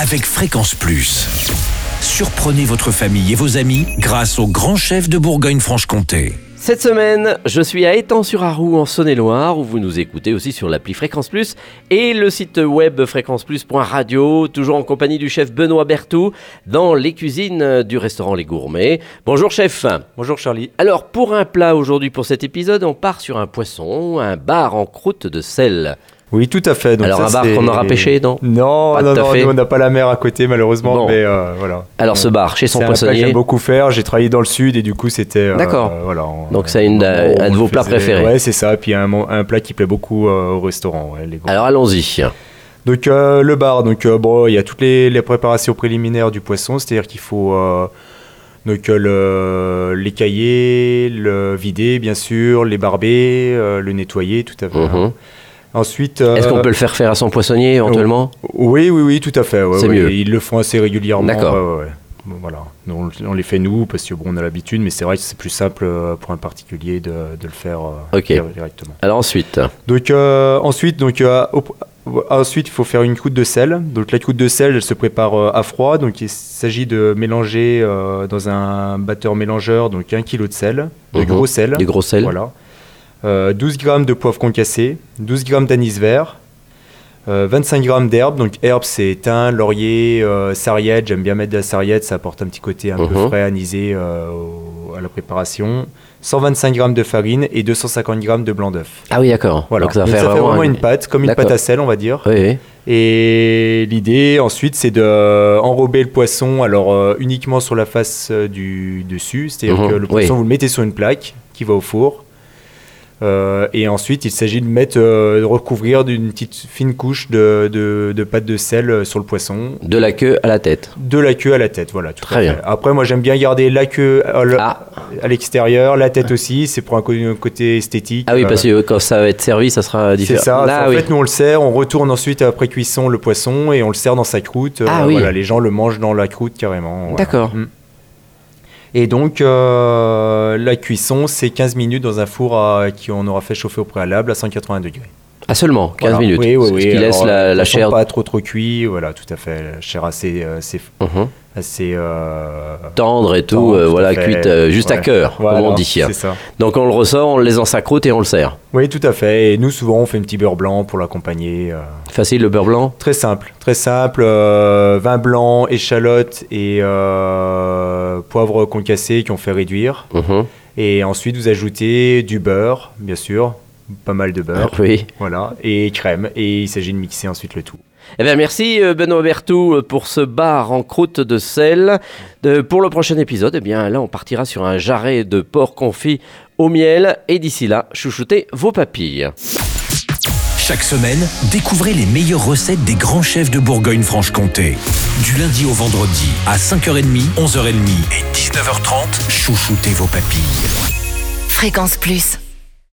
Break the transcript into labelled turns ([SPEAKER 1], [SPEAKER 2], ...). [SPEAKER 1] avec Fréquence Plus. Surprenez votre famille et vos amis grâce au grand chef de Bourgogne-Franche-Comté.
[SPEAKER 2] Cette semaine, je suis à Étang-sur-Arroux en Saône-et-Loire, où vous nous écoutez aussi sur l'appli Fréquence Plus et le site web fréquenceplus.radio, toujours en compagnie du chef Benoît Berthou dans les cuisines du restaurant Les Gourmets. Bonjour chef.
[SPEAKER 3] Bonjour Charlie.
[SPEAKER 2] Alors pour un plat aujourd'hui pour cet épisode, on part sur un poisson, un bar en croûte de sel.
[SPEAKER 3] Oui, tout à fait. Donc
[SPEAKER 2] Alors,
[SPEAKER 3] ça,
[SPEAKER 2] un bar
[SPEAKER 3] c'est-
[SPEAKER 2] qu'on aura pêché, non
[SPEAKER 3] Non,
[SPEAKER 2] Pas
[SPEAKER 3] non,
[SPEAKER 2] tout à
[SPEAKER 3] non,
[SPEAKER 2] fait.
[SPEAKER 3] nous, on n'a pas la mer à côté malheureusement,
[SPEAKER 2] Bon.
[SPEAKER 3] mais euh, voilà.
[SPEAKER 2] Alors ce bar chez
[SPEAKER 3] c'est
[SPEAKER 2] son
[SPEAKER 3] un plat que j'aime
[SPEAKER 2] poissonnier.
[SPEAKER 3] beaucoup faire. J'ai travaillé dans le sud et du coup c'était. euh,
[SPEAKER 2] D'accord.
[SPEAKER 3] euh, voilà. on-
[SPEAKER 2] Donc, c'est une-
[SPEAKER 3] on-
[SPEAKER 2] euh,
[SPEAKER 3] on
[SPEAKER 2] un de
[SPEAKER 3] le
[SPEAKER 2] vos plats
[SPEAKER 3] faisait.
[SPEAKER 2] préférés.
[SPEAKER 3] Ouais, c'est ça. Puis un, mon- un plat qui plaît beaucoup euh, au restaurant. ouais, les gros.
[SPEAKER 2] Alors allons-y.
[SPEAKER 3] Donc euh, le bar, donc euh, bon, il y a toutes les, les préparations préliminaires du poisson, c'est-à-dire qu'il faut euh, donc euh, le, les cailler, le vider bien sûr, les barber, euh, le nettoyer, tout à fait. hein.
[SPEAKER 2] Mhm.
[SPEAKER 3] Ensuite,
[SPEAKER 2] Est-ce
[SPEAKER 3] euh,
[SPEAKER 2] qu'on peut le faire faire à son poissonnier
[SPEAKER 3] oh.
[SPEAKER 2] éventuellement
[SPEAKER 3] Oui, oui, oui, tout à fait. ouais,
[SPEAKER 2] C'est
[SPEAKER 3] ouais,
[SPEAKER 2] mieux.
[SPEAKER 3] Ils le font assez régulièrement.
[SPEAKER 2] D'accord.
[SPEAKER 3] ouais, ouais, ouais. Bon, Voilà. Nous, on- on les fait nous parce que bon, on a l'habitude, mais c'est vrai que c'est plus simple euh, pour un particulier de, de le faire euh,
[SPEAKER 2] Ok.
[SPEAKER 3] dire- directement.
[SPEAKER 2] Alors ensuite.
[SPEAKER 3] Donc euh, ensuite, donc euh, au- ensuite, il faut faire une croûte de sel. Donc la croûte de sel, elle se prépare euh, à froid. Donc il s'agit de mélanger euh, dans un batteur mélangeur donc un kilo de sel, de
[SPEAKER 2] Mhm.
[SPEAKER 3] gros sel.
[SPEAKER 2] Du gros sel.
[SPEAKER 3] Voilà. Euh, 12 grammes de poivre concassé, 12 grammes d'anis vert, euh, 25 grammes d'herbe. Donc herbe, c'est thym, laurier, euh, sarriette. J'aime bien mettre de la sarriette, ça apporte un petit côté un
[SPEAKER 2] Mhm.
[SPEAKER 3] peu frais, anisé euh, au- à la préparation. 125 grammes de farine et 250 grammes de blanc d'œuf.
[SPEAKER 2] Ah oui, d'accord.
[SPEAKER 3] Voilà.
[SPEAKER 2] Donc ça va
[SPEAKER 3] Donc
[SPEAKER 2] faire vraiment, un-
[SPEAKER 3] une pâte, comme une
[SPEAKER 2] D'accord.
[SPEAKER 3] pâte à sel, on va dire.
[SPEAKER 2] Oui, oui.
[SPEAKER 3] Et l'idée ensuite, c'est de euh, enrober le poisson, alors euh, uniquement sur la face euh, du dessus, c'est-à-dire
[SPEAKER 2] Mhm,
[SPEAKER 3] que le
[SPEAKER 2] oui.
[SPEAKER 3] poisson, vous le mettez sur une plaque qui va au four. Euh, et ensuite, il s'agit de mettre, euh, de recouvrir d'une petite fine couche de, de- de pâte de sel euh, sur le poisson,
[SPEAKER 2] De la queue à la tête.
[SPEAKER 3] de la queue à la tête. Voilà. tout
[SPEAKER 2] Très
[SPEAKER 3] à
[SPEAKER 2] bien.
[SPEAKER 3] fait. Après, moi, j'aime bien garder la queue à l-
[SPEAKER 2] Ah,
[SPEAKER 3] à l'extérieur, la tête aussi. C'est pour un, co- un côté esthétique.
[SPEAKER 2] ah oui,
[SPEAKER 3] euh,
[SPEAKER 2] parce que quand ça va être servi, ça sera
[SPEAKER 3] c'est
[SPEAKER 2] différent.
[SPEAKER 3] ça.
[SPEAKER 2] Ah
[SPEAKER 3] en
[SPEAKER 2] oui.
[SPEAKER 3] fait, nous on le sert, on retourne ensuite après cuisson le poisson et on le sert dans sa croûte. Euh,
[SPEAKER 2] Ah oui.
[SPEAKER 3] voilà, les gens le mangent dans la croûte carrément. voilà.
[SPEAKER 2] D'accord.
[SPEAKER 3] Mm. Et donc euh, la cuisson, c'est 15 minutes dans un four à, qui on aura fait chauffer au préalable à 180 degrés.
[SPEAKER 2] Ah seulement, 15
[SPEAKER 3] Voilà.
[SPEAKER 2] minutes.
[SPEAKER 3] Oui, oui, oui.
[SPEAKER 2] Ce qui laisse
[SPEAKER 3] Alors,
[SPEAKER 2] la,
[SPEAKER 3] euh,
[SPEAKER 2] la
[SPEAKER 3] poisson
[SPEAKER 2] chair.
[SPEAKER 3] Pas trop trop cuit, voilà, tout à fait. La chair assez euh, assez
[SPEAKER 2] Mhm.
[SPEAKER 3] assez. euh,
[SPEAKER 2] Tendre et tout,
[SPEAKER 3] tendre,
[SPEAKER 2] euh,
[SPEAKER 3] tout à
[SPEAKER 2] voilà,
[SPEAKER 3] fait.
[SPEAKER 2] cuite euh, juste à
[SPEAKER 3] Ouais.
[SPEAKER 2] cœur,
[SPEAKER 3] Voilà,
[SPEAKER 2] comme on dit. hein.
[SPEAKER 3] C'est ça.
[SPEAKER 2] Donc on le ressort, on le laisse dans sa croûte et on le sert.
[SPEAKER 3] Oui, tout à fait. Et nous souvent on fait un petit beurre blanc pour l'accompagner. euh,
[SPEAKER 2] Facile, le beurre blanc
[SPEAKER 3] Très simple, très simple. euh, vin blanc, échalote et euh, poivre concassé qui ont fait réduire.
[SPEAKER 2] Mhm.
[SPEAKER 3] Et ensuite, vous ajoutez du beurre, bien sûr, pas mal de beurre.
[SPEAKER 2] Oui.
[SPEAKER 3] Voilà, et crème. Et il s'agit de mixer ensuite le tout.
[SPEAKER 2] Eh bien, merci euh, Benoît Bertou euh, pour ce bar en croûte de sel. De- pour le prochain épisode, eh bien là, on partira sur un jarret de porc confit au miel. Et d'ici là, chouchoutez vos papilles.
[SPEAKER 1] Chaque semaine, découvrez les meilleures recettes des grands chefs de Bourgogne-Franche-Comté. Du lundi au vendredi, à 5h30, 11h30 et 19h30, chouchoutez vos papilles.
[SPEAKER 4] Fréquence Plus.